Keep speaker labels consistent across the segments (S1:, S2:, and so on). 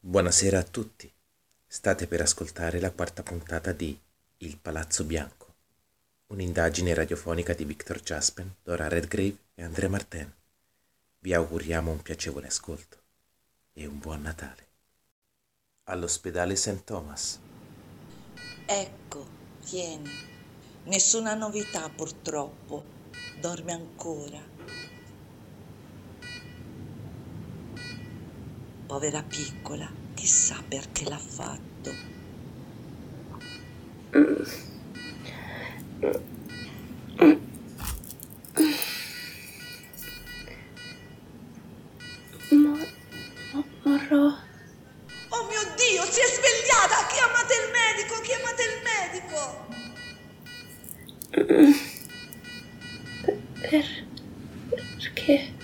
S1: Buonasera a tutti. State per ascoltare la quarta puntata di Il Palazzo Bianco, un'indagine radiofonica di Victor Jaspen, Dora Redgrave e Andrea Martin. Vi auguriamo un piacevole ascolto e un buon Natale. All'ospedale St. Thomas.
S2: Ecco, tieni. Nessuna novità purtroppo. Dorme ancora. Povera piccola, chissà perché l'ha fatto.
S3: Mo- mo- morrò.
S2: Oh mio Dio, si è svegliata! Chiamate il medico, chiamate il medico!
S3: Per- perché?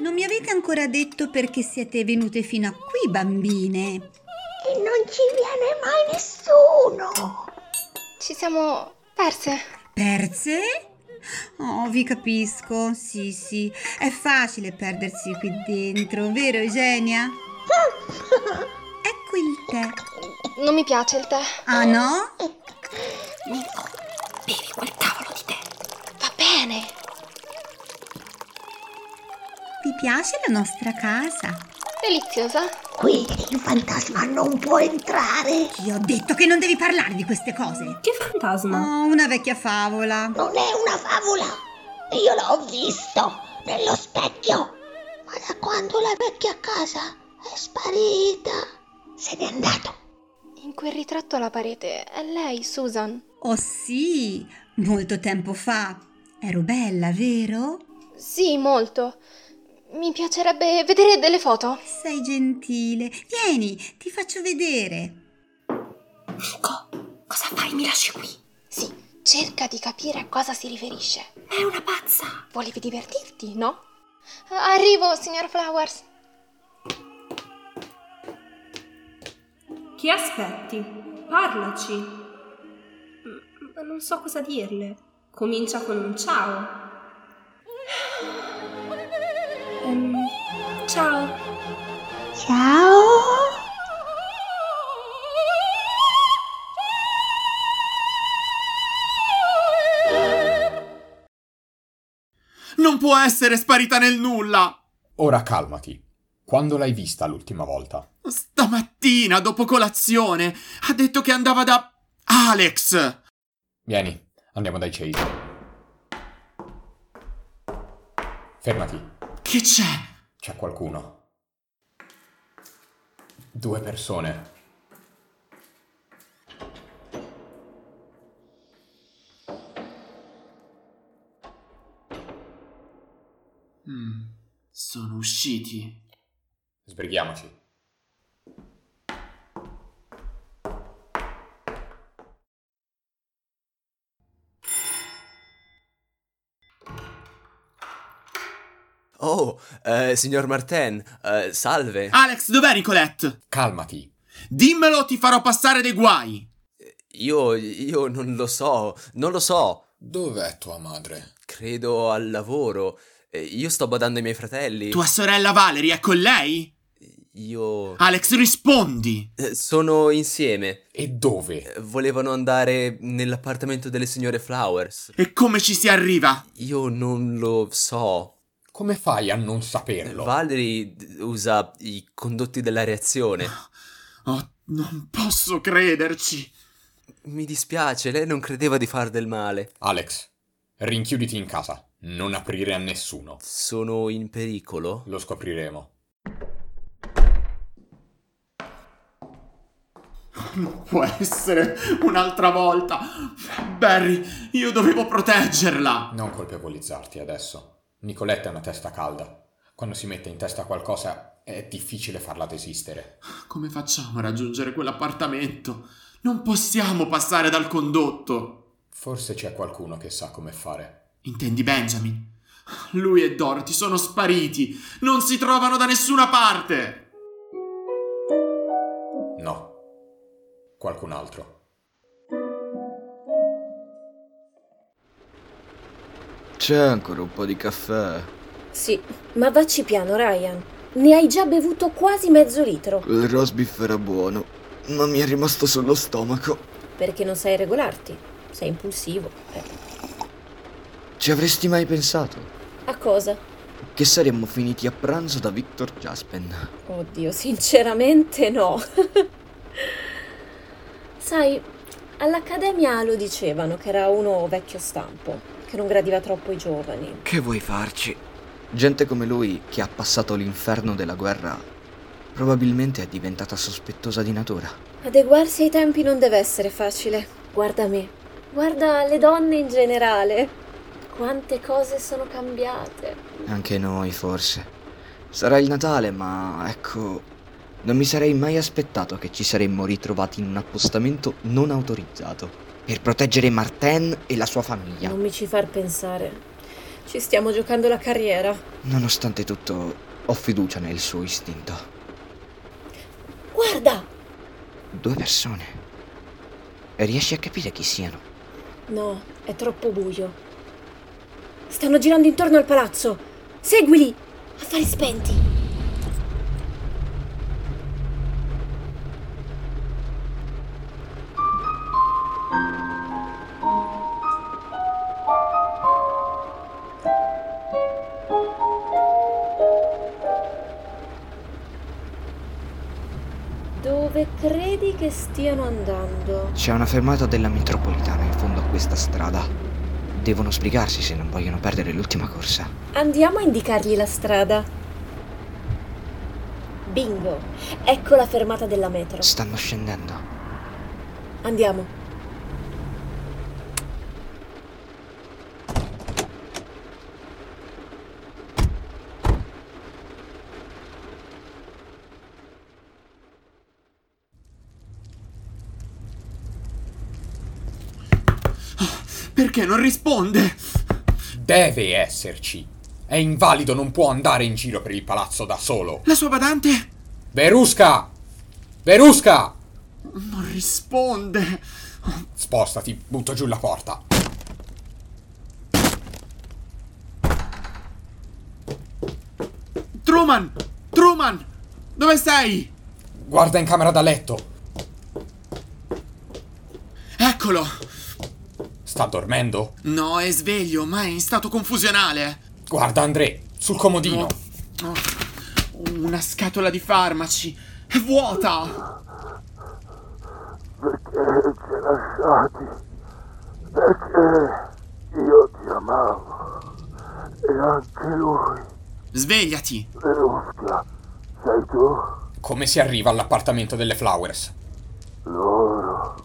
S4: Non mi avete ancora detto perché siete venute fino a qui, bambine.
S5: E non ci viene mai nessuno.
S6: Ci siamo perse.
S4: Perse? Oh, vi capisco, sì, sì. È facile perdersi qui dentro, vero Eugenia? Ecco il tè.
S6: Non mi piace il tè.
S4: Ah no?
S6: Bevi quel cavolo di tè. Va bene.
S4: Vi piace la nostra casa?
S6: Deliziosa.
S5: Qui il fantasma non può entrare.
S4: Ti ho detto che non devi parlare di queste cose.
S3: Che fantasma?
S4: Oh, una vecchia favola.
S5: Non è una favola. Io l'ho visto nello specchio. Ma da quando la vecchia casa è sparita, se n'è andato.
S6: In quel ritratto alla parete è lei, Susan.
S4: Oh sì, molto tempo fa. Ero bella, vero?
S6: Sì, molto. Mi piacerebbe vedere delle foto.
S4: Sei gentile. Vieni, ti faccio vedere.
S7: Nico, cosa fai? Mi lasci qui?
S6: Sì, cerca di capire a cosa si riferisce.
S7: Ma è una pazza!
S6: Volevi divertirti, no? Arrivo, signor Flowers.
S8: Chi aspetti? Parlaci. M- Ma non so cosa dirle. Comincia con un ciao. Ehm, ciao.
S5: Ciao.
S9: Non può essere sparita nel nulla!
S10: Ora calmati. Quando l'hai vista l'ultima volta?
S9: Stamattina, dopo colazione, ha detto che andava da Alex!
S10: Vieni, andiamo dai Chase. Fermati,
S9: Che c'è?
S10: c'è qualcuno. Due persone.
S9: Mm, sono usciti.
S10: Sbrighiamoci.
S11: Oh, eh, signor Martin, eh, salve.
S9: Alex, dov'è Nicolette?
S10: Calmati.
S9: Dimmelo o ti farò passare dei guai!
S11: Eh, Io, io non lo so, non lo so.
S10: Dov'è tua madre?
S11: Credo al lavoro. Eh, io sto badando ai miei fratelli.
S9: Tua sorella Valerie è con lei?
S11: Io...
S9: Alex, rispondi!
S11: Eh, sono insieme.
S10: E dove?
S11: Eh, Volevano andare nell'appartamento delle signore Flowers.
S9: E come ci si arriva?
S11: Io non lo so.
S10: Come fai a non saperlo?
S11: Valerie d- usa i condotti della reazione.
S9: Oh, non posso crederci!
S11: Mi dispiace, lei non credeva di far del male.
S10: Alex, rinchiuditi in casa. Non aprire a nessuno.
S11: Sono in pericolo?
S10: Lo scopriremo.
S9: Non può essere un'altra volta! Barry, io dovevo proteggerla!
S10: Non colpevolizzarti adesso. Nicoletta è una testa calda. Quando si mette in testa qualcosa è difficile farla desistere.
S9: Come facciamo a raggiungere quell'appartamento? Non possiamo passare dal condotto.
S10: Forse c'è qualcuno che sa come fare.
S9: Intendi Benjamin? Lui e Dorothy sono spariti. Non si trovano da nessuna parte.
S10: No. Qualcun altro.
S12: C'è ancora un po' di caffè.
S8: Sì, ma vacci piano, Ryan. Ne hai già bevuto quasi mezzo litro.
S12: Il roast beef era buono, ma mi è rimasto sullo stomaco.
S8: Perché non sai regolarti. Sei impulsivo. Eh,
S12: Ci avresti mai pensato?
S8: A cosa?
S12: Che saremmo finiti a pranzo da Victor Jaspen.
S8: Oddio, sinceramente no. Sai, all'Accademia lo dicevano che era uno vecchio stampo, che non gradiva troppo i giovani.
S12: Che vuoi farci? Gente come lui, che ha passato l'inferno della guerra, probabilmente è diventata sospettosa di natura.
S8: Adeguarsi ai tempi non deve essere facile. Guarda me. Guarda le donne in generale. Quante cose sono cambiate.
S12: Anche noi, forse. Sarà il Natale, ma ecco. Non mi sarei mai aspettato che ci saremmo ritrovati in un appostamento non autorizzato. Per proteggere Martin e la sua famiglia.
S8: Non mi ci far pensare. Ci stiamo giocando la carriera.
S12: Nonostante tutto, ho fiducia nel suo istinto.
S8: Guarda!
S12: Due persone. E riesci a capire chi siano?
S8: No, è troppo buio. Stanno girando intorno al palazzo. Seguili! Affari spenti. Dove credi che stiano andando?
S12: C'è una fermata della metropolitana in fondo a questa strada. Devono sbrigarsi se non vogliono perdere l'ultima corsa.
S8: Andiamo a indicargli la strada. Bingo! Ecco la fermata della metro.
S12: Stanno scendendo.
S8: Andiamo.
S9: Perché non risponde?
S10: Deve esserci. È invalido, non può andare in giro per il palazzo da solo.
S9: La sua badante
S10: Verusca! Verusca!
S9: non risponde.
S10: Spostati, butto giù la porta.
S9: Truman! Truman! Dove sei?
S10: Guarda in camera da letto.
S9: Eccolo!
S10: Sta dormendo?
S9: No, è sveglio, ma è in stato confusionale.
S10: Guarda André, sul comodino.
S9: Oh, una scatola di farmaci. È vuota!
S3: Perché ci hai lasciati? Perché io ti amavo. E anche lui.
S9: Svegliati!
S3: Verusca, sei tu?
S10: Come si arriva all'appartamento delle Flowers?
S3: Loro.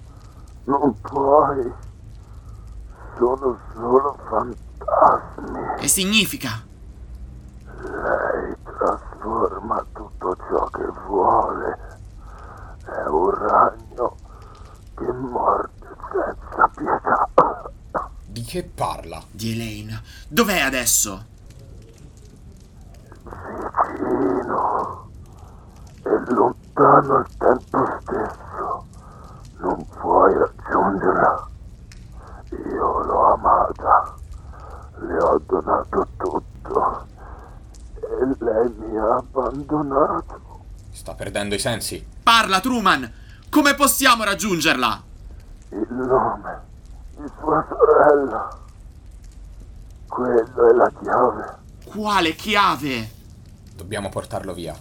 S3: Non puoi. Sono solo fantasmi.
S9: Che significa?
S3: Lei trasforma tutto ciò che vuole. È un ragno che morde senza pietà.
S10: Di che parla?
S9: Di Elaine. Dov'è adesso?
S3: Vicino. E lontano al tempo stesso. Non puoi raggiungerla. Io l'ho amata. Le ho donato tutto. E lei mi ha abbandonato.
S10: Sta perdendo i sensi.
S9: Parla, Truman! Come possiamo raggiungerla?
S3: Il nome di sua sorella. Quello è la chiave.
S9: Quale chiave?
S10: Dobbiamo portarlo via.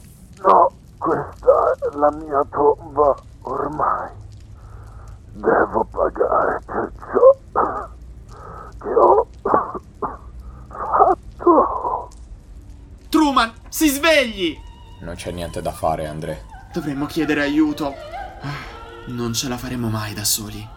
S3: No, questa è la mia tomba ormai. Devo pagare per ciò che ho fatto.
S9: Truman, si svegli!
S10: Non c'è niente da fare, André.
S9: Dovremmo chiedere aiuto. Non ce la faremo mai da soli.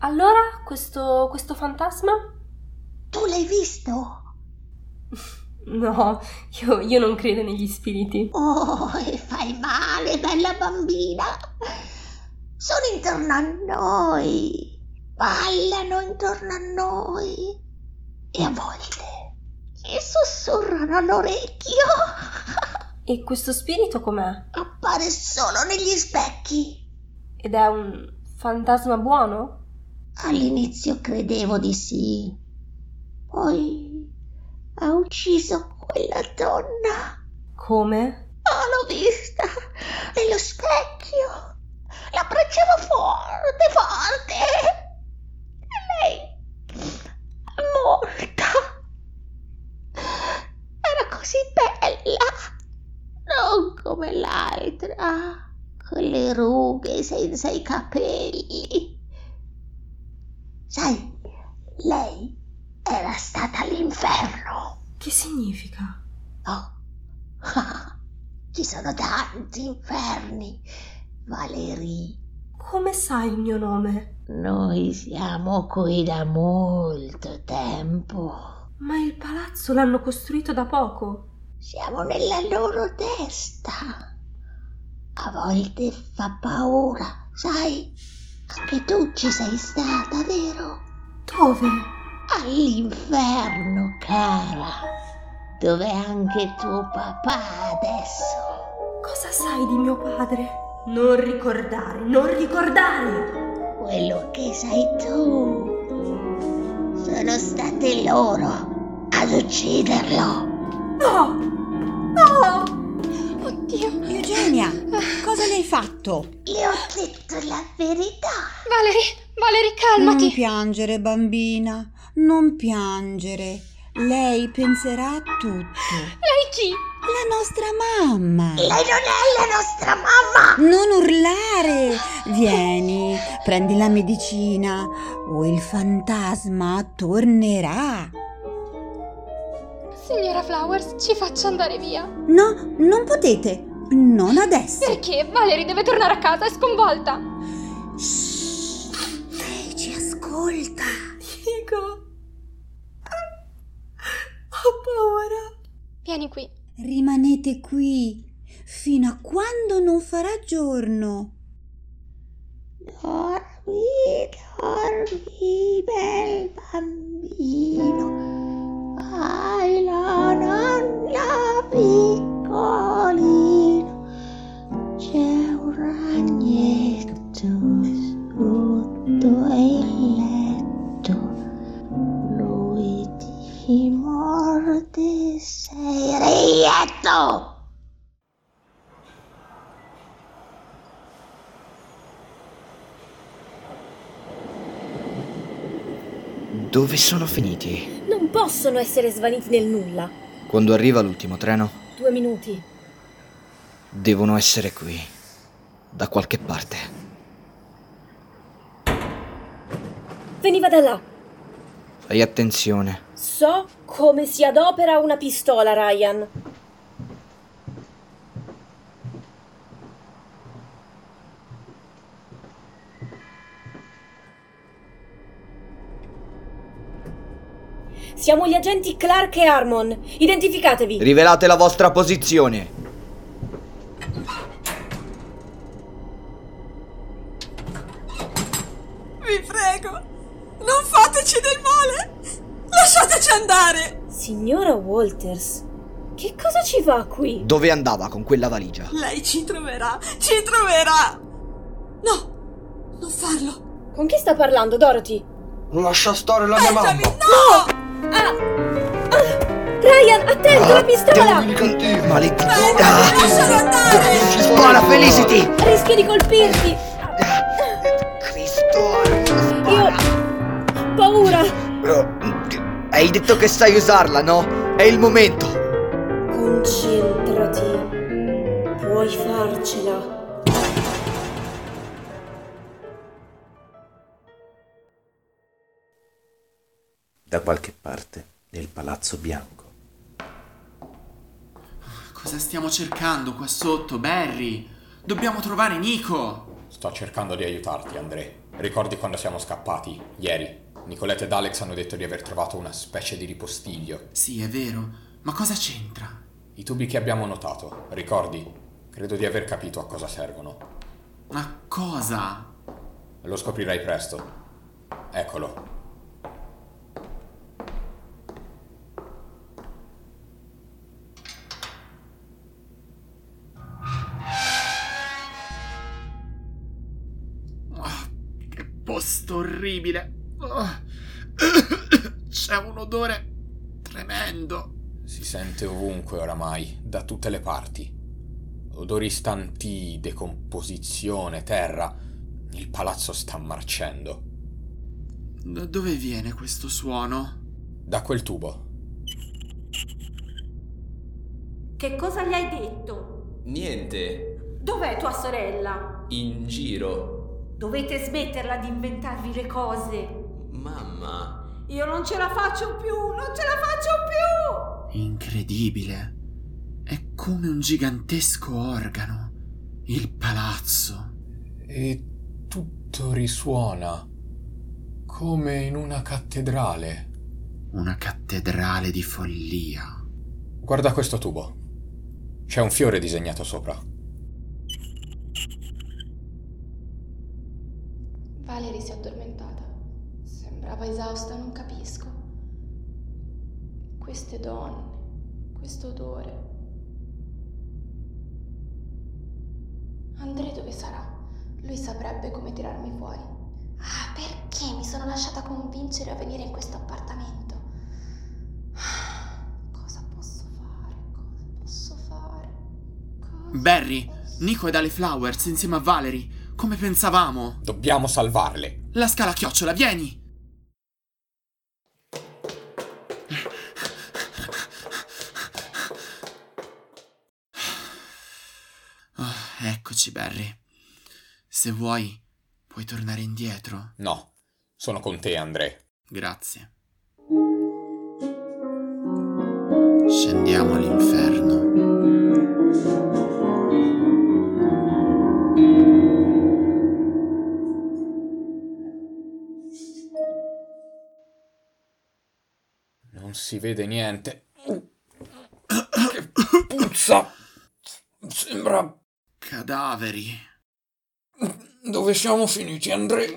S13: Allora, questo, questo fantasma?
S5: Tu le l'hai visto?
S14: No, io, io non credo negli spiriti.
S5: Oh, e fai male, bella bambina. Sono intorno a noi, ballano intorno a noi e a volte ci sussurrano all'orecchio.
S14: E questo spirito com'è?
S5: Appare solo negli specchi.
S14: Ed è un fantasma buono?
S5: All'inizio credevo di sì. Poi ha ucciso quella donna.
S14: Come?
S5: Oh, l'ho vista nello specchio. La abbracciavo forte, forte. E lei è morta. Era così bella. Non come l'altra. Con le rughe senza i capelli. Sai, lei era stata all'inferno.
S14: Che significa?
S5: No. Ci sono tanti inferni. Valerie,
S14: Come sai il mio nome?
S5: noi siamo qui da molto tempo.
S14: Ma il palazzo l'hanno costruito da poco.
S5: Siamo nella loro testa. A volte fa paura, sai? Anche tu ci sei stata, vero?
S14: Dove?
S5: All'inferno, cara. Dove è anche tuo papà adesso?
S14: Cosa sai di mio padre? Non ricordare, non ricordare!
S5: Quello che sai tu. Sono state loro ad ucciderlo.
S14: No! No!
S5: Oddio, Ah.
S4: Eugenia, cosa ne hai fatto?
S5: le ho detto la verità.
S15: Valerie, Valerie,
S4: Non
S15: calmati.
S4: piangere, bambina, non piangere. Lei penserà a tutto.
S15: Lei chi?
S4: La nostra mamma.
S5: Lei non è la nostra mamma.
S4: Non urlare! Vieni, prendi la medicina o il fantasma tornerà.
S15: Signora Flowers, ci faccia andare via.
S4: No, non potete. Non adesso.
S15: Perché Valerie deve tornare a casa, è sconvolta.
S4: Lei ci ascolta.
S14: Dico! Ho paura!
S15: Vieni qui.
S4: Rimanete qui fino a quando non farà giorno.
S5: Dormi, dormi, bel bambino. Vai la nonna piccolino. C'è un ragnetto sotto il letto. Lui ti morde, sei reietto.
S12: Dove sono finiti?
S8: Non possono essere svaniti nel nulla.
S12: Quando arriva l'ultimo treno,
S8: Due minuti.
S12: devono essere qui. Da qualche parte.
S8: Veniva da là.
S12: Fai attenzione.
S8: So come si adopera una pistola, Ryan. Siamo gli agenti Clark e Harmon. Identificatevi.
S12: Rivelate la vostra posizione.
S14: Vi prego! Non fateci del male! Lasciateci andare!
S8: Signora Walters, che cosa ci va qui?
S12: Dove andava con quella valigia?
S14: Lei ci troverà! Ci troverà! No! Non farlo!
S8: Con chi sta parlando, Dorothy?
S16: Lascia stare la mia mamma!
S8: No! Ah! Ah! Ryan, attento, la pistola! Ah.
S12: Maledetta!
S14: Lascialo andare!
S12: Buona Felicity!
S8: Rischia di colpirti! Cristo! Io... ho paura!
S12: Hai detto che sai usarla, no? È il momento!
S8: Concentrati, puoi farcela.
S1: da qualche parte nel palazzo bianco.
S9: Cosa stiamo cercando qua sotto, Barry? Dobbiamo trovare Nico!
S10: Sto cercando di aiutarti, André. Ricordi quando siamo scappati? Ieri. Nicoletta ed Alex hanno detto di aver trovato una specie di ripostiglio.
S9: Sì, è vero, ma cosa c'entra?
S10: I tubi che abbiamo notato, ricordi? Credo di aver capito a cosa servono.
S9: Ma cosa?
S10: Lo scoprirai presto. Eccolo.
S9: Posto orribile. Ah. C'è un odore tremendo.
S10: Si sente ovunque oramai, da tutte le parti. Odori stantii, decomposizione, terra. Il palazzo sta marcendo.
S9: Da dove viene questo suono?
S10: Da quel tubo.
S17: Che cosa gli hai detto?
S11: Niente,
S17: Dov'è tua sorella?
S11: in giro.
S17: Dovete smetterla di inventarvi le cose.
S11: Mamma,
S17: Io non ce la faccio più, non ce la faccio più!
S9: Incredibile. È come un gigantesco organo. Il palazzo.
S10: E tutto risuona. Come in una cattedrale.
S9: Una cattedrale di follia.
S10: Guarda questo tubo. C'è un fiore disegnato sopra.
S4: Valerie si è addormentata. Sembrava esausta, non capisco. Queste donne, questo odore. André dove sarà? Lui saprebbe come tirarmi fuori. Ah, perché mi sono lasciata convincere a venire in questo appartamento? Cosa posso fare? Cosa posso fare?
S9: Barry, Nico ed Ale Flowers insieme a Valerie. Come pensavamo?
S10: Dobbiamo salvarle.
S9: La scala chiocciola, vieni! Ah, eccoci, Barry. Se vuoi, puoi tornare indietro.
S10: No, sono con te, André.
S9: Grazie. Scendiamo all'inferno.
S10: Non si vede niente. Che puzza! Sembra.
S9: Cadaveri.
S10: Dove siamo finiti, André?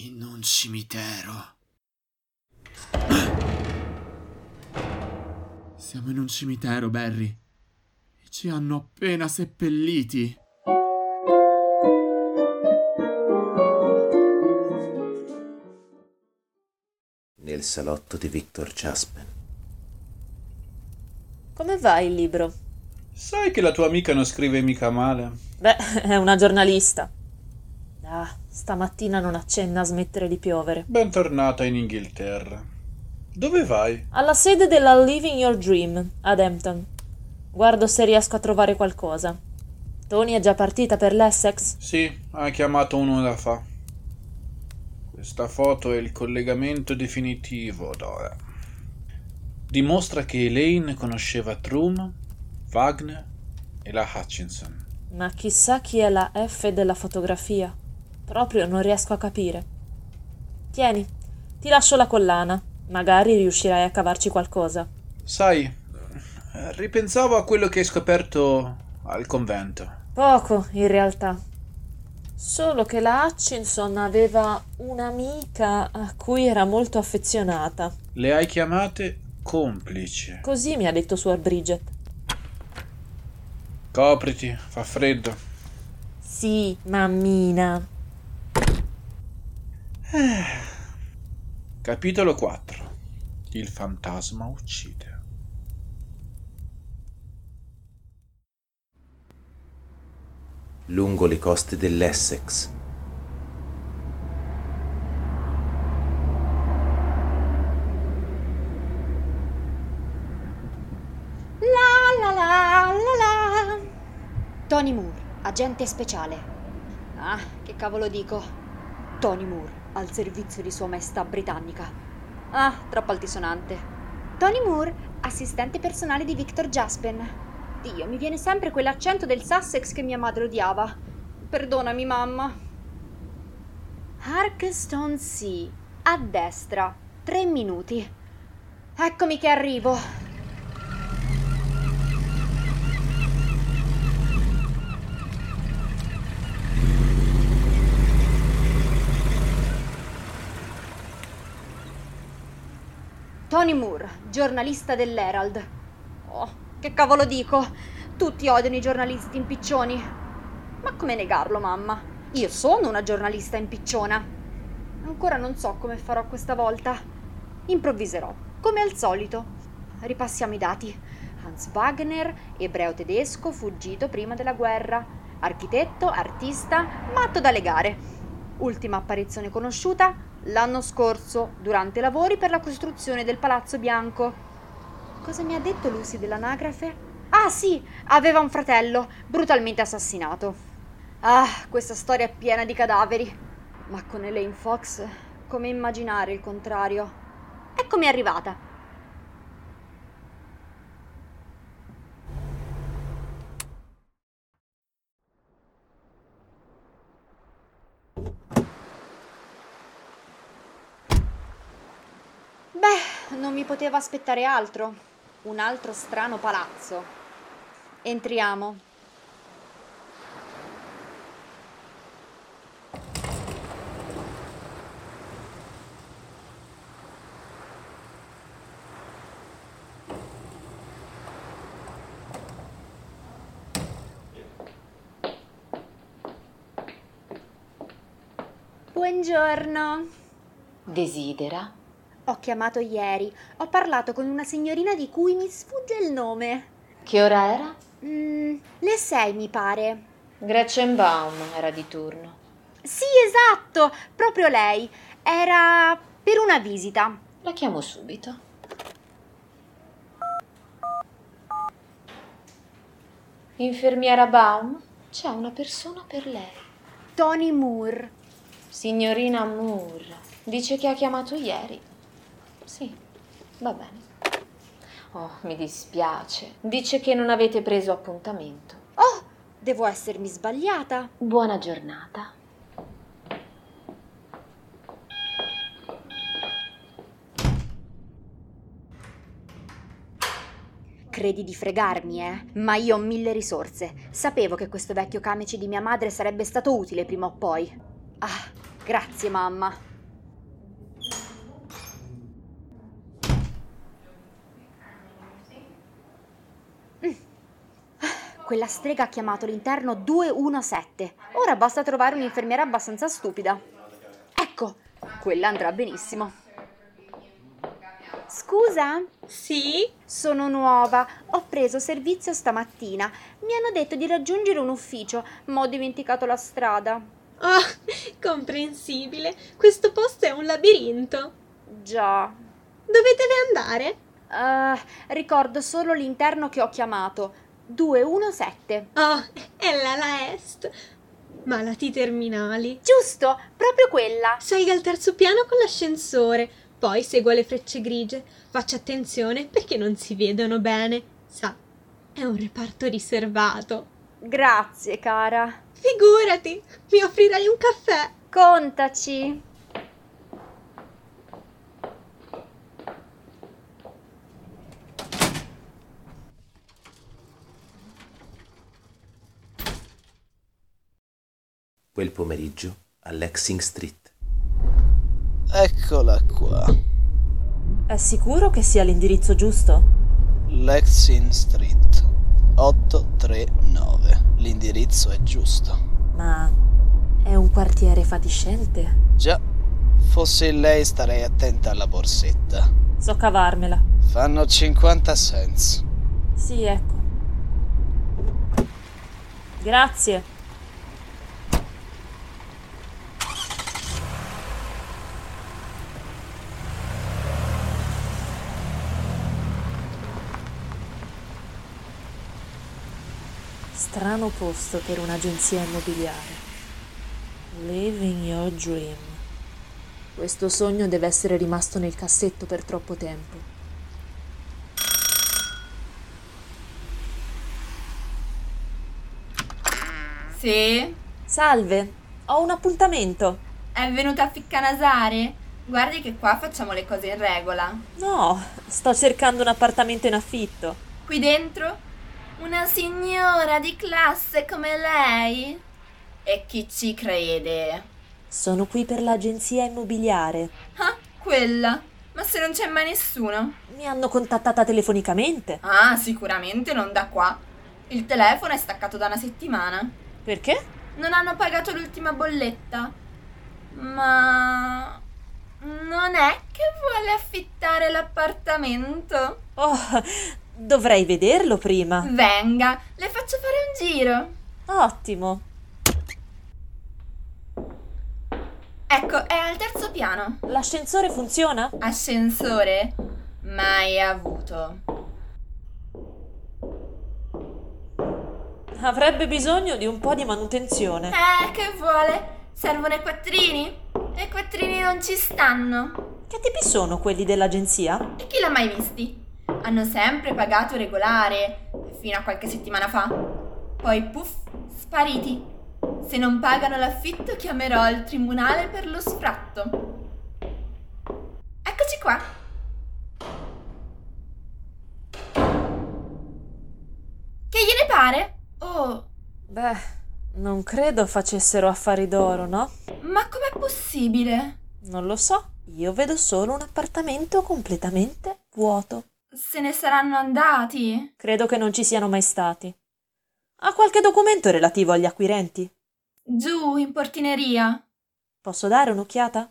S9: In un cimitero. Siamo in un cimitero, Barry. E ci hanno appena seppelliti.
S1: nel salotto di Victor Chaspen.
S18: Come va il libro?
S19: Sai che la tua amica non scrive mica male.
S18: Beh, è una giornalista. Ah, stamattina non accenna a smettere di piovere.
S19: Bentornata in Inghilterra. Dove vai?
S18: Alla sede della Living Your Dream ad Hampton. Guardo se riesco a trovare qualcosa. Tony è già partita per l'Essex?
S19: Sì, ha chiamato un'ora fa. Questa foto è il collegamento definitivo, Dora. Dimostra che Elaine conosceva Truman, Wagner e la Hutchinson.
S18: Ma chissà chi è la F della fotografia. Proprio non riesco a capire. Tieni, ti lascio la collana. Magari riuscirai a cavarci qualcosa.
S19: Sai, ripensavo a quello che hai scoperto al convento.
S18: Poco, in realtà. Solo che la Hutchinson aveva un'amica a cui era molto affezionata.
S19: Le hai chiamate complici.
S18: Così mi ha detto Suor Bridget.
S19: Copriti, fa freddo.
S18: Sì, mammina.
S19: Capitolo 4. Il fantasma uccide.
S1: lungo le coste dell'Essex.
S20: La la la la la. Tony Moore, agente speciale. Ah, che cavolo dico? Tony Moore, al servizio di Sua Maestà Britannica. Ah, troppo altisonante. Tony Moore, assistente personale di Victor Jaspen. Dio, mi viene sempre quell'accento del Sussex che mia madre odiava. Perdonami, mamma. Harkestone Sea. a destra, tre minuti. Eccomi che arrivo. Tony Moore, giornalista dell'Herald. Oh, che cavolo dico? Tutti odiano i giornalisti impiccioni. Ma come negarlo, mamma? Io sono una giornalista impicciona. Ancora non so come farò questa volta. Improvviserò, come al solito. Ripassiamo i dati. Hans Wagner, ebreo tedesco fuggito prima della guerra, architetto, artista, matto da legare. Ultima apparizione conosciuta l'anno scorso, durante i lavori per la costruzione del Palazzo Bianco. Cosa mi ha detto Lucy dell'anagrafe? Ah sì, aveva un fratello, brutalmente assassinato. Ah, questa storia è piena di cadaveri. Ma con Elaine Fox, come immaginare il contrario? Eccomi arrivata. Beh, non mi poteva aspettare altro. Un altro strano palazzo. Entriamo. Buongiorno.
S21: Desidera?
S20: Ho chiamato ieri. Ho parlato con una signorina di cui mi sfugge il nome.
S21: Che ora era?
S20: Mm, le sei, mi pare.
S21: Gretchenbaum era di turno.
S20: Sì, esatto, proprio lei. Era per una visita.
S21: La chiamo subito. Infermiera Baum, c'è una persona per lei.
S20: Tony Moore.
S21: Signorina Moore, dice che ha chiamato ieri. Sì, va bene. Oh, mi dispiace. Dice che non avete preso appuntamento.
S20: Oh, devo essermi sbagliata.
S21: Buona giornata.
S20: Credi di fregarmi, eh? Ma io ho mille risorse. Sapevo che questo vecchio camice di mia madre sarebbe stato utile prima o poi. Ah, grazie mamma. Mm. Ah, Quella strega ha chiamato l'interno 217. Ora basta trovare un'infermiera abbastanza stupida. Ecco, quella andrà benissimo. Scusa?
S22: Sì?
S20: Sono nuova, ho preso servizio stamattina. Mi hanno detto di raggiungere un ufficio, ma ho dimenticato la strada.
S22: Oh, comprensibile. Questo posto è un labirinto.
S20: Già.
S22: Dove deve
S20: andare? Uh, ricordo solo l'interno che ho chiamato. 217.
S22: Oh, è l'ala est. Malati terminali.
S20: Giusto, proprio quella.
S22: Salga al terzo piano con l'ascensore, poi segua le frecce grigie. Faccia attenzione perché non si vedono bene. Sa, è un reparto riservato.
S20: Grazie, cara.
S22: Figurati, mi offrirai un caffè.
S20: Contaci.
S1: Quel pomeriggio a Lexing Street.
S23: Eccola qua.
S18: È sicuro che sia l'indirizzo giusto?
S23: Lexing Street 839. L'indirizzo è giusto.
S18: Ma è un quartiere fatiscente?
S23: Già, fossi lei starei attenta alla borsetta.
S18: So cavarmela.
S23: Fanno 50 cents.
S18: Sì, ecco. Grazie. strano posto per un'agenzia immobiliare. Living your dream. Questo sogno deve essere rimasto nel cassetto per troppo tempo.
S24: Sì?
S18: Salve, ho un appuntamento.
S24: È venuta a ficcanasare?
S14: Guardi che qua facciamo le cose in regola.
S18: No, sto cercando un appartamento in affitto.
S14: Qui dentro una signora di classe come lei. E chi ci crede?
S18: Sono qui per l'agenzia immobiliare.
S14: Ah, quella. Ma se non c'è mai nessuno?
S18: Mi hanno contattata telefonicamente.
S14: Ah, sicuramente non da qua. Il telefono è staccato da una settimana.
S18: Perché?
S14: Non hanno pagato l'ultima bolletta. Ma... Non è che vuole affittare l'appartamento?
S18: Oh, dovrei vederlo prima.
S14: Venga, le faccio fare un giro.
S18: Ottimo.
S14: Ecco, è al terzo piano.
S18: L'ascensore funziona?
S14: Ascensore? Mai avuto.
S18: Avrebbe bisogno di un po' di manutenzione.
S14: Eh, che vuole? Servono i quattrini? E i quattrini non ci stanno.
S18: Che tipi sono quelli dell'agenzia?
S14: E chi l'ha mai visti? Hanno sempre pagato regolare, fino a qualche settimana fa. Poi, puff, spariti. Se non pagano l'affitto chiamerò il tribunale per lo sfratto. Eccoci qua. Che gliene pare? Oh.
S18: Beh, non credo facessero affari d'oro, no?
S14: Ma com'è possibile?
S18: Non lo so. Io vedo solo un appartamento completamente vuoto.
S14: Se ne saranno andati?
S18: Credo che non ci siano mai stati. Ha qualche documento relativo agli acquirenti?
S14: Giù, in portineria.
S18: Posso dare un'occhiata?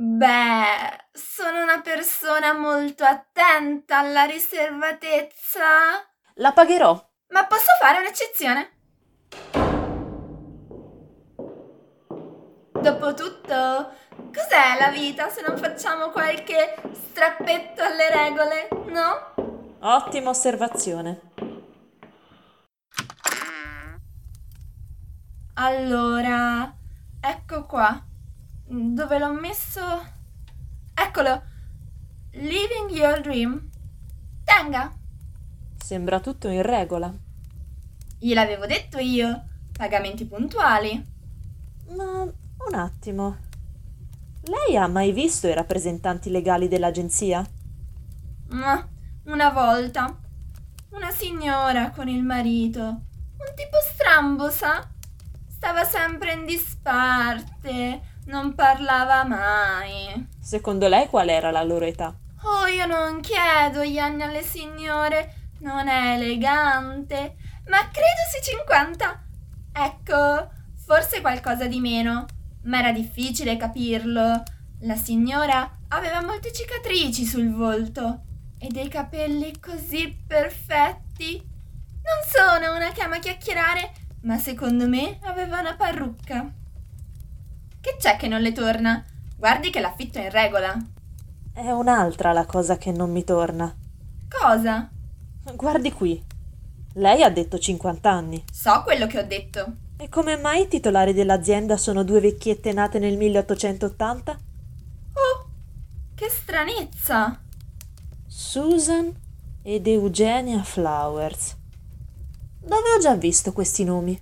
S14: Beh, sono una persona molto attenta alla riservatezza.
S18: La pagherò.
S14: Ma posso fare un'eccezione? Dopotutto, cos'è la vita se non facciamo qualche strappetto alle regole, no?
S18: Ottima osservazione.
S14: Allora, ecco qua. Dove l'ho messo? Eccolo. Living your dream. Tenga.
S18: Sembra tutto in regola.
S14: Gliel'avevo detto io. Pagamenti puntuali.
S18: Ma un attimo. Lei ha mai visto i rappresentanti legali dell'agenzia?
S14: Ma una volta. Una signora con il marito. Un tipo strambo, sa? stava sempre in disparte, non parlava mai.
S18: Secondo lei qual era la loro età?
S14: Oh, io non chiedo gli anni alle signore, non è elegante, ma credo sui 50. Ecco, forse qualcosa di meno, ma era difficile capirlo. La signora aveva molte cicatrici sul volto e dei capelli così perfetti. Non sono una che ama chiacchierare, ma secondo me aveva una parrucca. Che c'è che non le torna? Guardi che l'affitto è in regola.
S18: È un'altra la cosa che non mi torna.
S14: Cosa?
S18: Guardi qui. Lei ha detto 50 anni.
S14: So quello che ho detto.
S18: E come mai i titolari dell'azienda sono due vecchiette nate nel 1880?
S14: Oh, che stranezza!
S18: Susan ed Eugenia Flowers dove ho già visto questi nomi.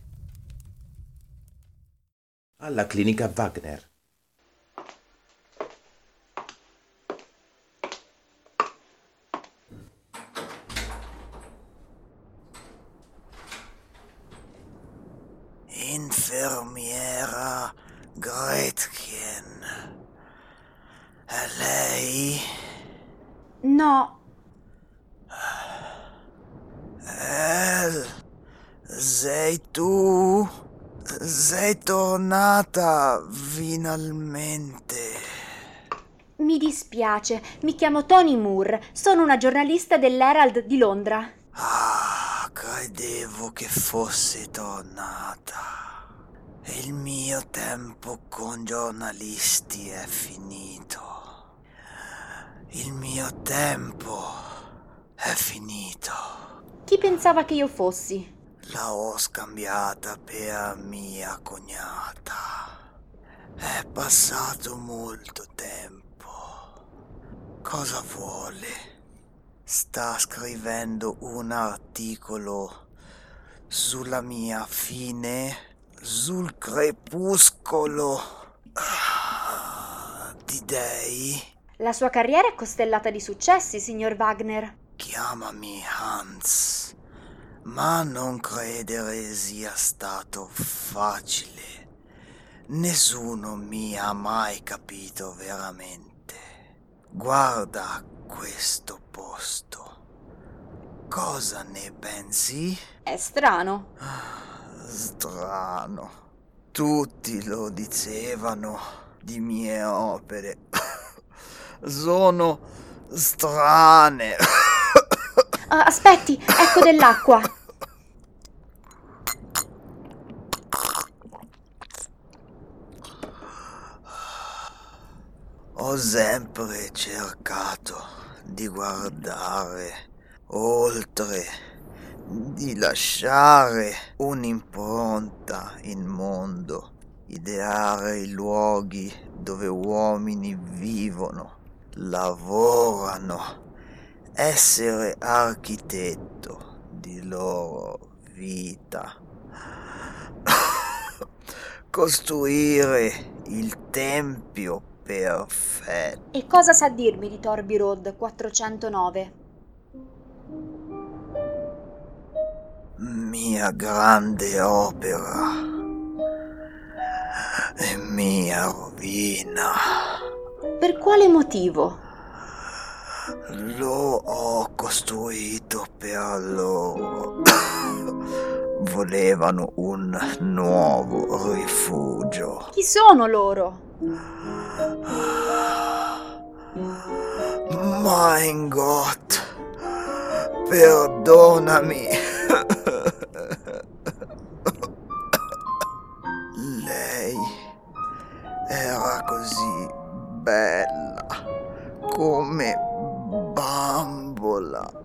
S1: Alla clinica Wagner.
S25: Infermiera Gretchen. È lei?
S20: No.
S25: Elle. Sei tu? Sei tornata finalmente.
S20: Mi dispiace, mi chiamo Tony Moore, sono una giornalista dell'Herald di Londra.
S25: Ah, credevo che fossi tornata. Il mio tempo con giornalisti è finito. Il mio tempo è finito.
S20: Chi pensava che io fossi?
S25: La ho scambiata per mia cognata. È passato molto tempo. Cosa vuole? Sta scrivendo un articolo sulla mia fine, sul crepuscolo ah, di dei?
S20: La sua carriera è costellata di successi, signor Wagner.
S25: Chiamami Hans, ma non credere sia stato facile. Nessuno mi ha mai capito veramente. Guarda questo posto. Cosa ne pensi?
S20: È strano.
S25: Strano. Tutti lo dicevano di mie opere. Sono strane.
S20: Ah, aspetti, ecco dell'acqua.
S25: Ho sempre cercato di guardare oltre, di lasciare un'impronta in mondo, ideare i luoghi dove uomini vivono, lavorano, essere architetto di loro vita, costruire il tempio perfetto.
S20: E cosa sa dirmi di Torby Road 409?
S25: mia grande opera e mia rovina.
S20: Per quale motivo?
S25: Lo ho costruito per loro. Volevano un nuovo rifugio.
S20: Chi sono loro?
S25: Mein Gott, perdonami. Lei era così bella come bambola.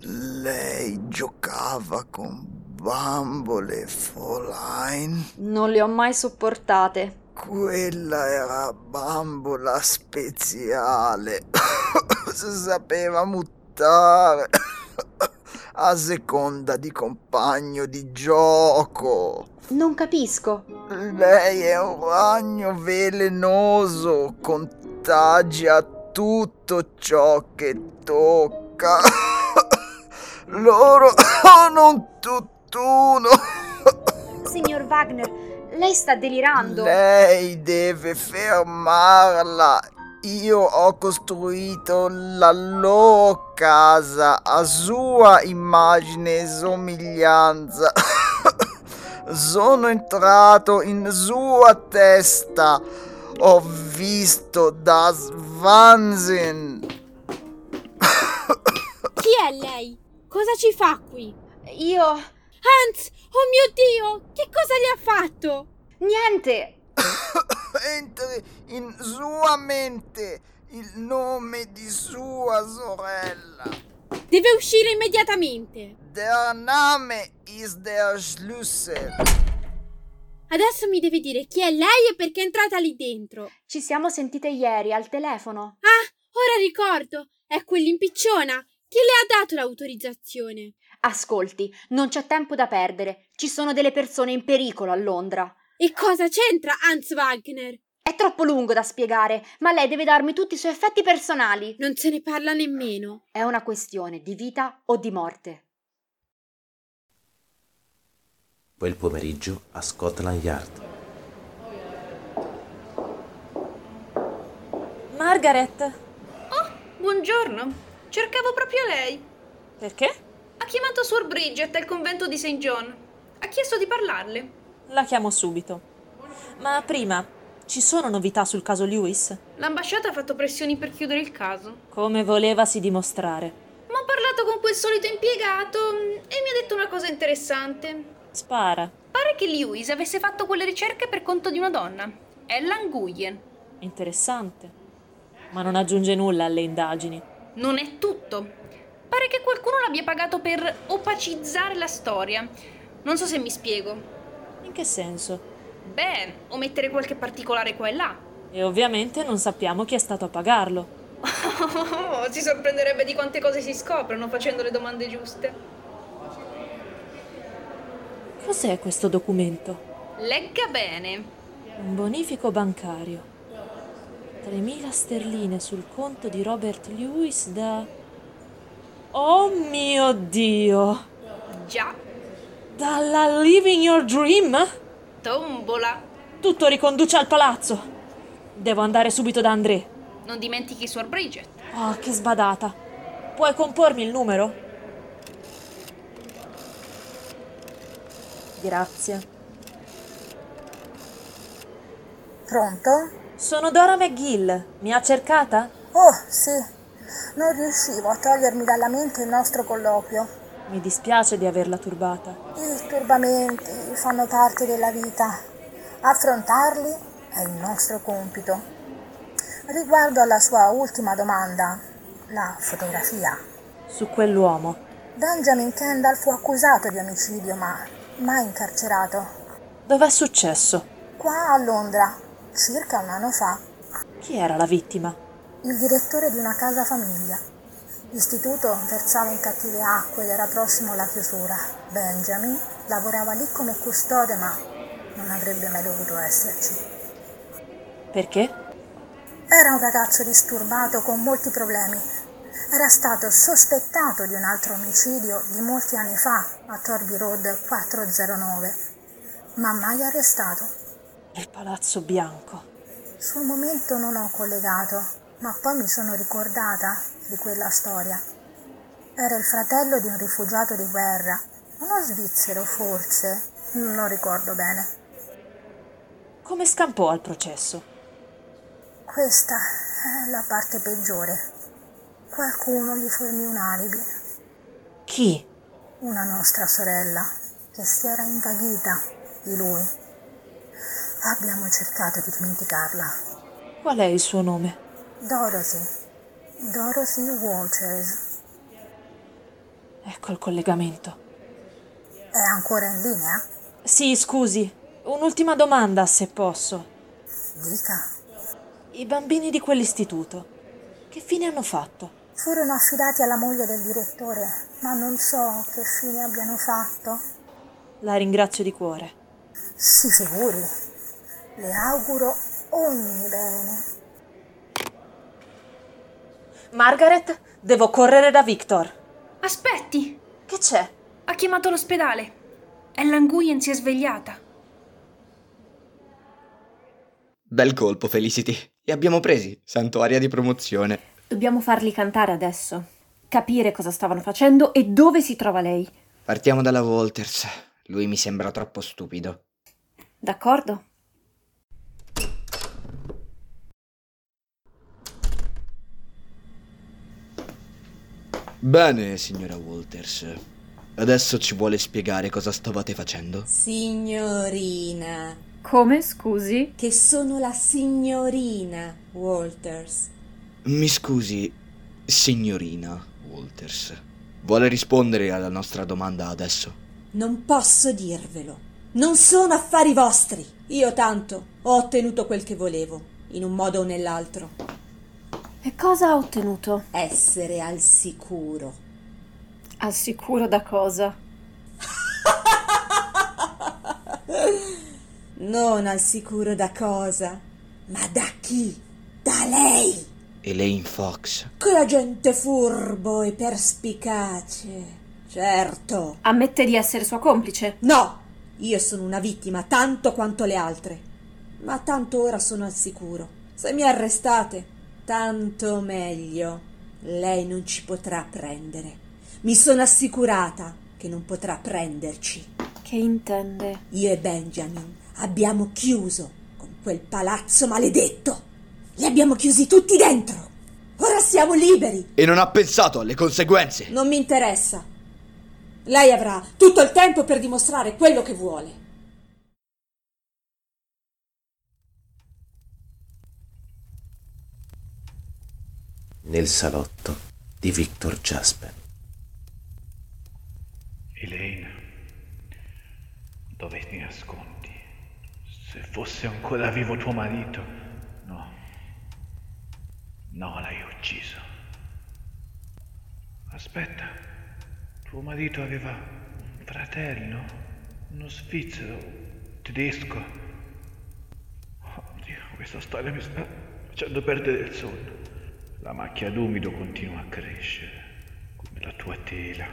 S25: Lei giocava con bambole, Fräulein.
S20: Non le ho mai sopportate.
S25: Quella era bambola speciale. si sapeva mutare a seconda di compagno di gioco.
S20: Non capisco.
S25: Lei è un ragno velenoso, contagia tutto ciò che tocca. Loro sono un tutt'uno.
S20: Signor Wagner, lei sta delirando.
S25: Lei deve fermarla. Io ho costruito la loro casa a sua immagine e somiglianza. Sono entrato in sua testa. Ho visto das Wahnsinn.
S26: Chi è lei? Cosa ci fa qui?
S20: Io.
S26: Hans! Oh mio Dio! Che cosa le ha fatto?
S20: Niente!
S25: Entri in sua mente il nome di sua sorella.
S26: Deve uscire immediatamente.
S25: Der Name is der Schlüssel.
S26: Adesso mi deve dire chi è lei e perché è entrata lì dentro.
S20: Ci siamo sentite ieri al telefono.
S26: Ah, ora ricordo. È quell'impicciona. Chi le ha dato l'autorizzazione?
S20: Ascolti, non c'è tempo da perdere. Ci sono delle persone in pericolo a Londra.
S26: E cosa c'entra Hans Wagner?
S20: È troppo lungo da spiegare, ma lei deve darmi tutti i suoi effetti personali.
S26: Non se ne parla nemmeno.
S20: È una questione di vita o di morte.
S1: Quel pomeriggio a Scotland Yard.
S3: Margaret.
S24: Oh, buongiorno. Cercavo proprio lei.
S3: Perché?
S24: Ha chiamato Sor Bridget al convento di St. John. Ha chiesto di parlarle.
S3: La chiamo subito. Ma prima, ci sono novità sul caso Lewis?
S24: L'ambasciata ha fatto pressioni per chiudere il caso.
S3: Come voleva si dimostrare.
S24: Ma ho parlato con quel solito impiegato mm, e mi ha detto una cosa interessante.
S3: Spara.
S24: Pare che Lewis avesse fatto quelle ricerche per conto di una donna, Ellen Guyen.
S3: Interessante. Ma non aggiunge nulla alle indagini.
S24: Non è tutto. Pare che qualcuno l'abbia pagato per opacizzare la storia. Non so se mi spiego.
S3: In che senso?
S24: Beh, omettere qualche particolare qua e là.
S3: E ovviamente non sappiamo chi è stato a pagarlo.
S24: Oh, si sorprenderebbe di quante cose si scoprono facendo le domande giuste.
S3: Cos'è questo documento?
S24: Legga bene.
S3: Un bonifico bancario.
S18: 3.000 sterline sul conto di Robert Lewis da... Oh mio Dio!
S24: Già,
S18: Dalla Living Your Dream?
S24: tombola.
S18: Tutto riconduce al palazzo. Devo andare subito da André.
S24: Non dimentichi Suor Bridget.
S18: Oh, che sbadata. Puoi compormi il numero? Grazie.
S27: Pronto?
S18: Sono Dora McGill. Mi ha cercata?
S27: Oh, sì. Non riuscivo a togliermi dalla mente il nostro colloquio.
S18: Mi dispiace di averla turbata.
S27: I turbamenti fanno parte della vita. Affrontarli è il nostro compito. Riguardo alla sua ultima domanda, la fotografia.
S18: Su quell'uomo.
S27: Benjamin Kendall fu accusato di omicidio, ma mai incarcerato.
S18: Dov'è successo?
S27: Qua a Londra, circa un anno fa,
S18: Chi era la vittima?
S27: il direttore di una casa famiglia. L'istituto versava in cattive acque ed era prossimo alla chiusura. Benjamin lavorava lì come custode, ma non avrebbe mai dovuto esserci.
S18: Perché?
S27: Era un ragazzo disturbato con molti problemi. Era stato sospettato di un altro omicidio di molti anni fa a Torby Road 409, ma mai arrestato.
S18: Il Palazzo Bianco.
S27: Sul momento non ho collegato, ma poi mi sono ricordata di quella storia. Era il fratello di un rifugiato di guerra, uno svizzero forse, non ricordo bene.
S18: Come scampò al processo?
S27: Questa è la parte peggiore. Qualcuno gli fornì un alibi,
S18: Chi?
S27: una nostra sorella, che si era invaghita di lui. Abbiamo cercato di dimenticarla.
S18: Qual è il suo nome?
S27: Dorothy. Dorothy Walters
S18: Ecco il collegamento.
S27: è ancora in linea?
S18: Sì, scusi. Un'ultima domanda, se posso.
S27: Dica.
S18: I bambini di quell'istituto. Che fine hanno fatto?
S27: Furono affidati alla moglie del direttore, ma non so che fine abbiano fatto.
S18: La ringrazio di cuore.
S27: Si figuri. Le auguro ogni bene.
S18: Margaret, devo correre da Victor.
S24: Aspetti!
S18: Che c'è?
S24: Ha chiamato l'ospedale. Ellen Guyen si è svegliata.
S12: Bel colpo, Felicity. Li abbiamo presi. Santuaria di promozione.
S5: Dobbiamo farli cantare adesso, capire cosa stavano facendo e dove si trova lei.
S12: Partiamo dalla Walters. Lui mi sembra troppo stupido.
S5: D'accordo?
S12: Bene, signora Walters. Adesso ci vuole spiegare cosa stavate facendo?
S28: Signorina.
S5: Come, scusi?
S28: Che sono la signorina Walters.
S12: Mi scusi, signorina Walters. Vuole rispondere alla nostra domanda adesso?
S28: Non posso dirvelo. Non sono affari vostri. Io tanto ho ottenuto quel che volevo, in un modo o nell'altro.
S5: E cosa ha ottenuto?
S28: Essere al sicuro.
S5: Al sicuro da cosa?
S28: Non al sicuro da cosa, ma da chi? Da lei!
S12: Elaine Fox.
S28: Quella gente furbo e perspicace. Certo.
S5: Ammette di essere sua complice?
S28: No! Io sono una vittima tanto quanto le altre. Ma tanto ora sono al sicuro. Se mi arrestate, tanto meglio. Lei non ci potrà prendere. Mi sono assicurata che non potrà prenderci.
S5: Che intende?
S28: Io e Benjamin abbiamo chiuso con quel palazzo maledetto. Li abbiamo chiusi tutti dentro. Ora siamo liberi.
S12: E non ha pensato alle conseguenze.
S28: Non mi interessa. Lei avrà tutto il tempo per dimostrare quello che vuole.
S1: Nel salotto di Victor Jaspen.
S29: Elaine, dove ti nascondi? Se fosse ancora vivo tuo marito, no. No, l'hai ucciso. Aspetta, tuo marito aveva un fratello, uno svizzero, tedesco. Oddio, questa storia mi sta
S3: facendo perdere il sonno. La macchia d'umido continua a crescere, come la tua tela.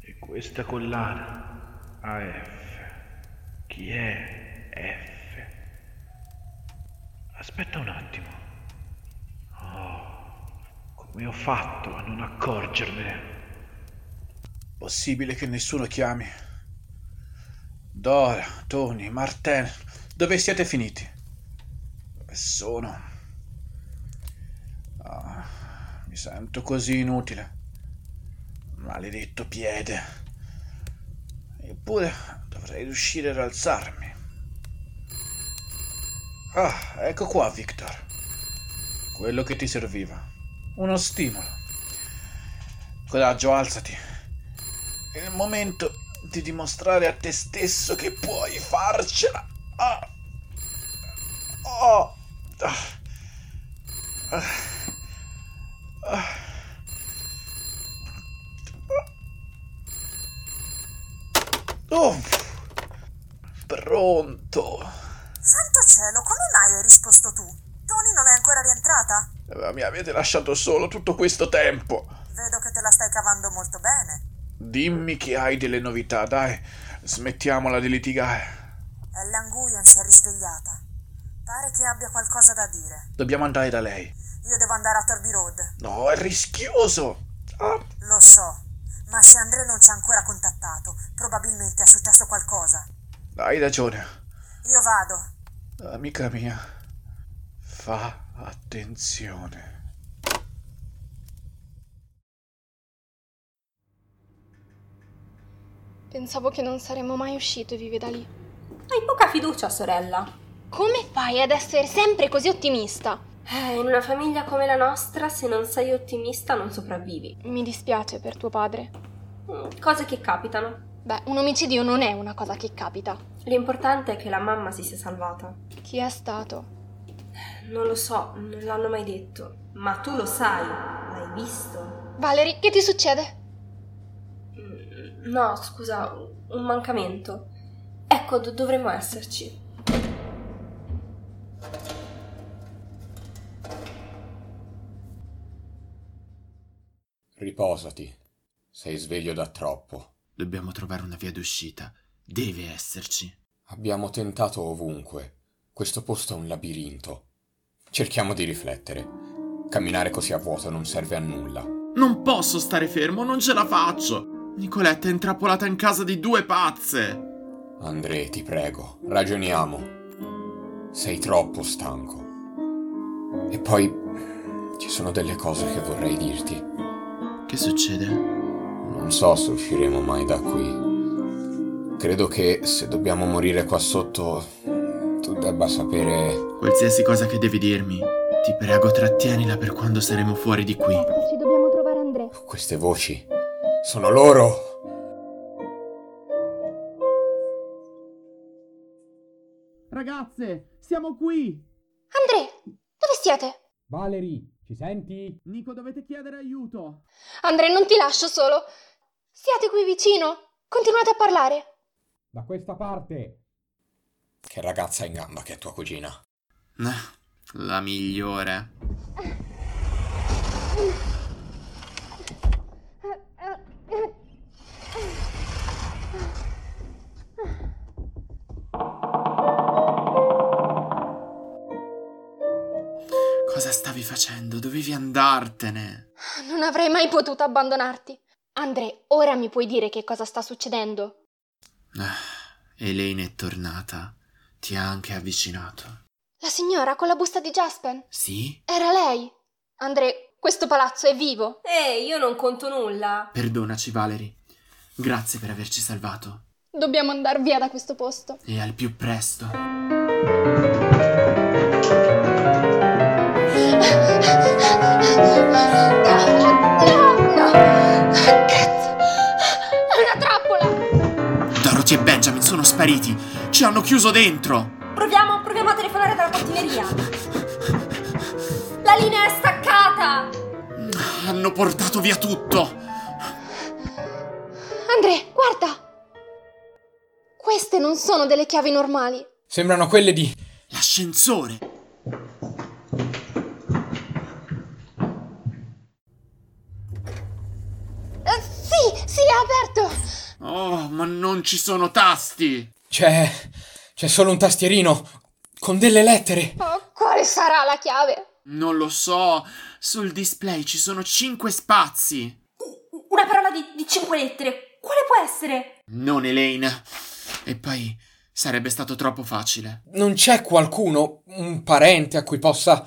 S3: E questa collana, AF, chi è F? Aspetta un attimo. Oh, come ho fatto a non accorgermene?
S19: Possibile che nessuno chiami. Dora, Tony, Martin, dove siete finiti? Dove sono? Ah, mi sento così inutile. Maledetto piede. Eppure dovrei riuscire ad alzarmi. Ah, ecco qua, Victor. Quello che ti serviva. Uno stimolo. Coraggio, alzati. È il momento di dimostrare a te stesso che puoi farcela. Ah. Oh. Ah. Ah. Ah. Oh. Pronto.
S13: Santo cielo, come mai hai risposto tu? Tony non è ancora rientrata?
S19: Eh, Mi avete lasciato solo tutto questo tempo.
S13: Vedo che te la stai cavando molto bene.
S19: Dimmi che hai delle novità, dai. Smettiamola di litigare.
S13: È l'anguia si è risvegliata. Pare che abbia qualcosa da dire.
S19: Dobbiamo andare da lei.
S13: Io devo andare a Torby Road.
S19: No, è rischioso. Ah,
S13: Lo so, ma se Andrea non ci ha ancora contattato, probabilmente è successo qualcosa.
S19: hai ragione.
S13: Io vado.
S19: Amica mia, fa attenzione.
S8: Pensavo che non saremmo mai uscite vive da lì.
S20: Hai poca fiducia, sorella.
S8: Come fai ad essere sempre così ottimista?
S20: Eh, in una famiglia come la nostra, se non sei ottimista, non sopravvivi.
S8: Mi dispiace per tuo padre.
S20: Mm, Cose che capitano.
S8: Beh, un omicidio non è una cosa che capita.
S20: L'importante è che la mamma si sia salvata.
S8: Chi è stato?
S20: Non lo so, non l'hanno mai detto. Ma tu lo sai, l'hai visto?
S8: Valerie, che ti succede?
S20: No, scusa, un mancamento. Ecco, do- dovremmo esserci.
S10: Riposati. Sei sveglio da troppo.
S9: Dobbiamo trovare una via d'uscita. Deve esserci.
S10: Abbiamo tentato ovunque. Questo posto è un labirinto. Cerchiamo di riflettere. Camminare così a vuoto non serve a nulla.
S9: Non posso stare fermo, non ce la faccio. Nicoletta è intrappolata in casa di due pazze.
S10: André, ti prego, ragioniamo. Sei troppo stanco. E poi ci sono delle cose che vorrei dirti.
S9: Che succede?
S10: Non so se usciremo mai da qui. Credo che se dobbiamo morire qua sotto, tu debba sapere...
S9: Qualsiasi cosa che devi dirmi, ti prego trattienila per quando saremo fuori di qui.
S8: Ci dobbiamo trovare Andrea.
S10: Queste voci sono loro!
S30: Ragazze, siamo qui!
S8: Andrea, dove siete?
S30: Valerie, ci senti? Nico, dovete chiedere aiuto!
S8: Andrea, non ti lascio solo. Siate qui vicino. Continuate a parlare.
S10: Da questa parte! Che ragazza in gamba che è tua cugina.
S9: Eh, La migliore. Cosa stavi facendo? Dovevi andartene.
S8: Non avrei mai potuto abbandonarti. Andrea, ora mi puoi dire che cosa sta succedendo?
S9: Elaine Ah, è tornata. Ti ha anche avvicinato.
S8: La signora con la busta di Jaspen?
S9: Sì?
S8: Era lei. Andrea, questo palazzo è vivo.
S20: Ehi, io non conto nulla.
S9: Perdonaci, Valerie. Grazie per averci salvato.
S8: Dobbiamo andare via da questo posto.
S9: E al più presto.
S8: È una trappola!
S9: Dorothy e Benjamin sono spariti. Ci hanno chiuso dentro.
S20: Proviamo, proviamo a telefonare dalla portineria. La linea è staccata.
S9: Hanno portato via tutto.
S8: Andrea, guarda! Queste non sono delle chiavi normali.
S10: Sembrano quelle di...
S9: L'ascensore!
S8: Eh, sì, sì, è aperto!
S9: Oh, ma non ci sono tasti!
S10: C'è... cioè, c'è solo un tastierino con delle lettere.
S8: Oh, quale sarà la chiave?
S9: Non lo so. Sul display ci sono cinque spazi.
S31: Una parola di, di cinque lettere. Quale può essere?
S9: Non Elena. E poi sarebbe stato troppo facile.
S10: Non c'è qualcuno, un parente a cui possa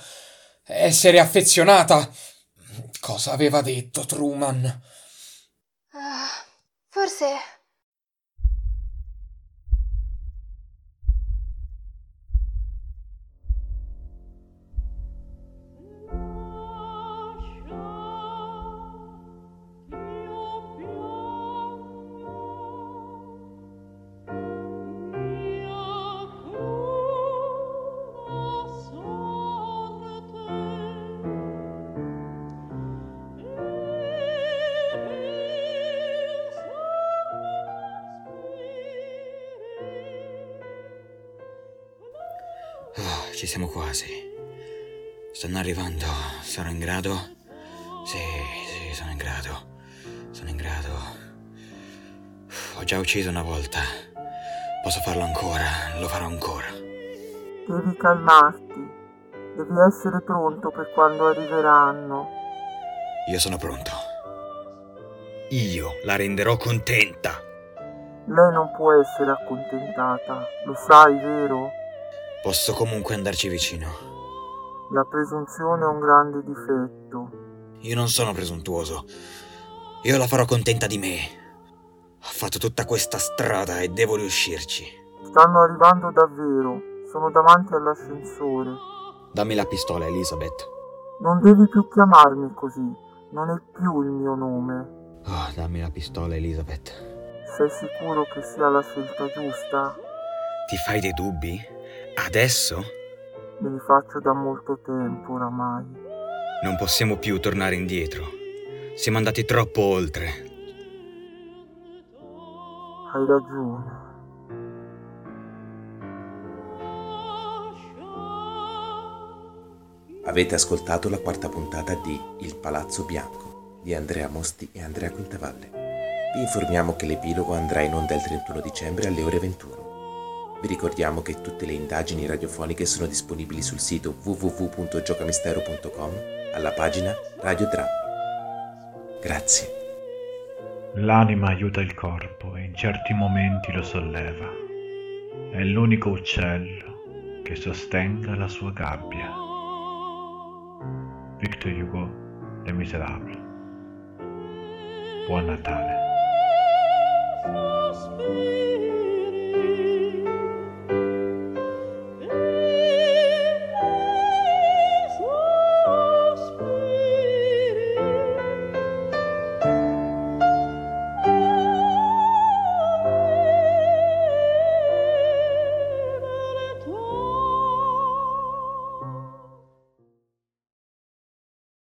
S10: essere affezionata. Cosa aveva detto Truman?
S8: Ah, forse
S16: Ah, ci siamo quasi. Stanno arrivando. Sono in grado? Sì, sì, sono in grado. Sono in grado. Uff, Ho già ucciso una volta. Posso farlo ancora, lo farò ancora.
S32: Devi calmarti. Devi essere pronto per quando arriveranno.
S16: Io sono pronto. Io la renderò contenta.
S32: Lei non può essere accontentata, lo sai, vero?
S16: Posso comunque andarci vicino.
S32: La presunzione è un grande difetto.
S16: Io non sono presuntuoso. Io la farò contenta di me. Ho fatto tutta questa strada e devo riuscirci.
S32: Stanno arrivando davvero. Sono davanti all'ascensore.
S16: Dammi la pistola, Elizabeth.
S32: Non devi più chiamarmi così. Non è più il mio nome.
S16: Oh, dammi la pistola, Elizabeth.
S32: Sei sicuro che sia la scelta giusta?
S16: Ti fai dei dubbi? Adesso?
S32: Me li faccio da molto tempo oramai.
S16: Non possiamo più tornare indietro. Siamo andati troppo oltre.
S32: Hai ragione.
S1: Avete ascoltato la quarta puntata di Il Palazzo Bianco di Andrea Mosti e Andrea Quintavalle. Vi informiamo che l'epilogo andrà in onda il 31 dicembre alle ore 21. Vi ricordiamo che tutte le indagini radiofoniche sono disponibili sul sito www.giocamistero.com alla pagina Radio Drammi. Grazie.
S19: L'anima aiuta il corpo e in certi momenti lo solleva. È l'unico uccello che sostenga la sua gabbia. Victor Hugo, Le Miserabili. Buon Natale.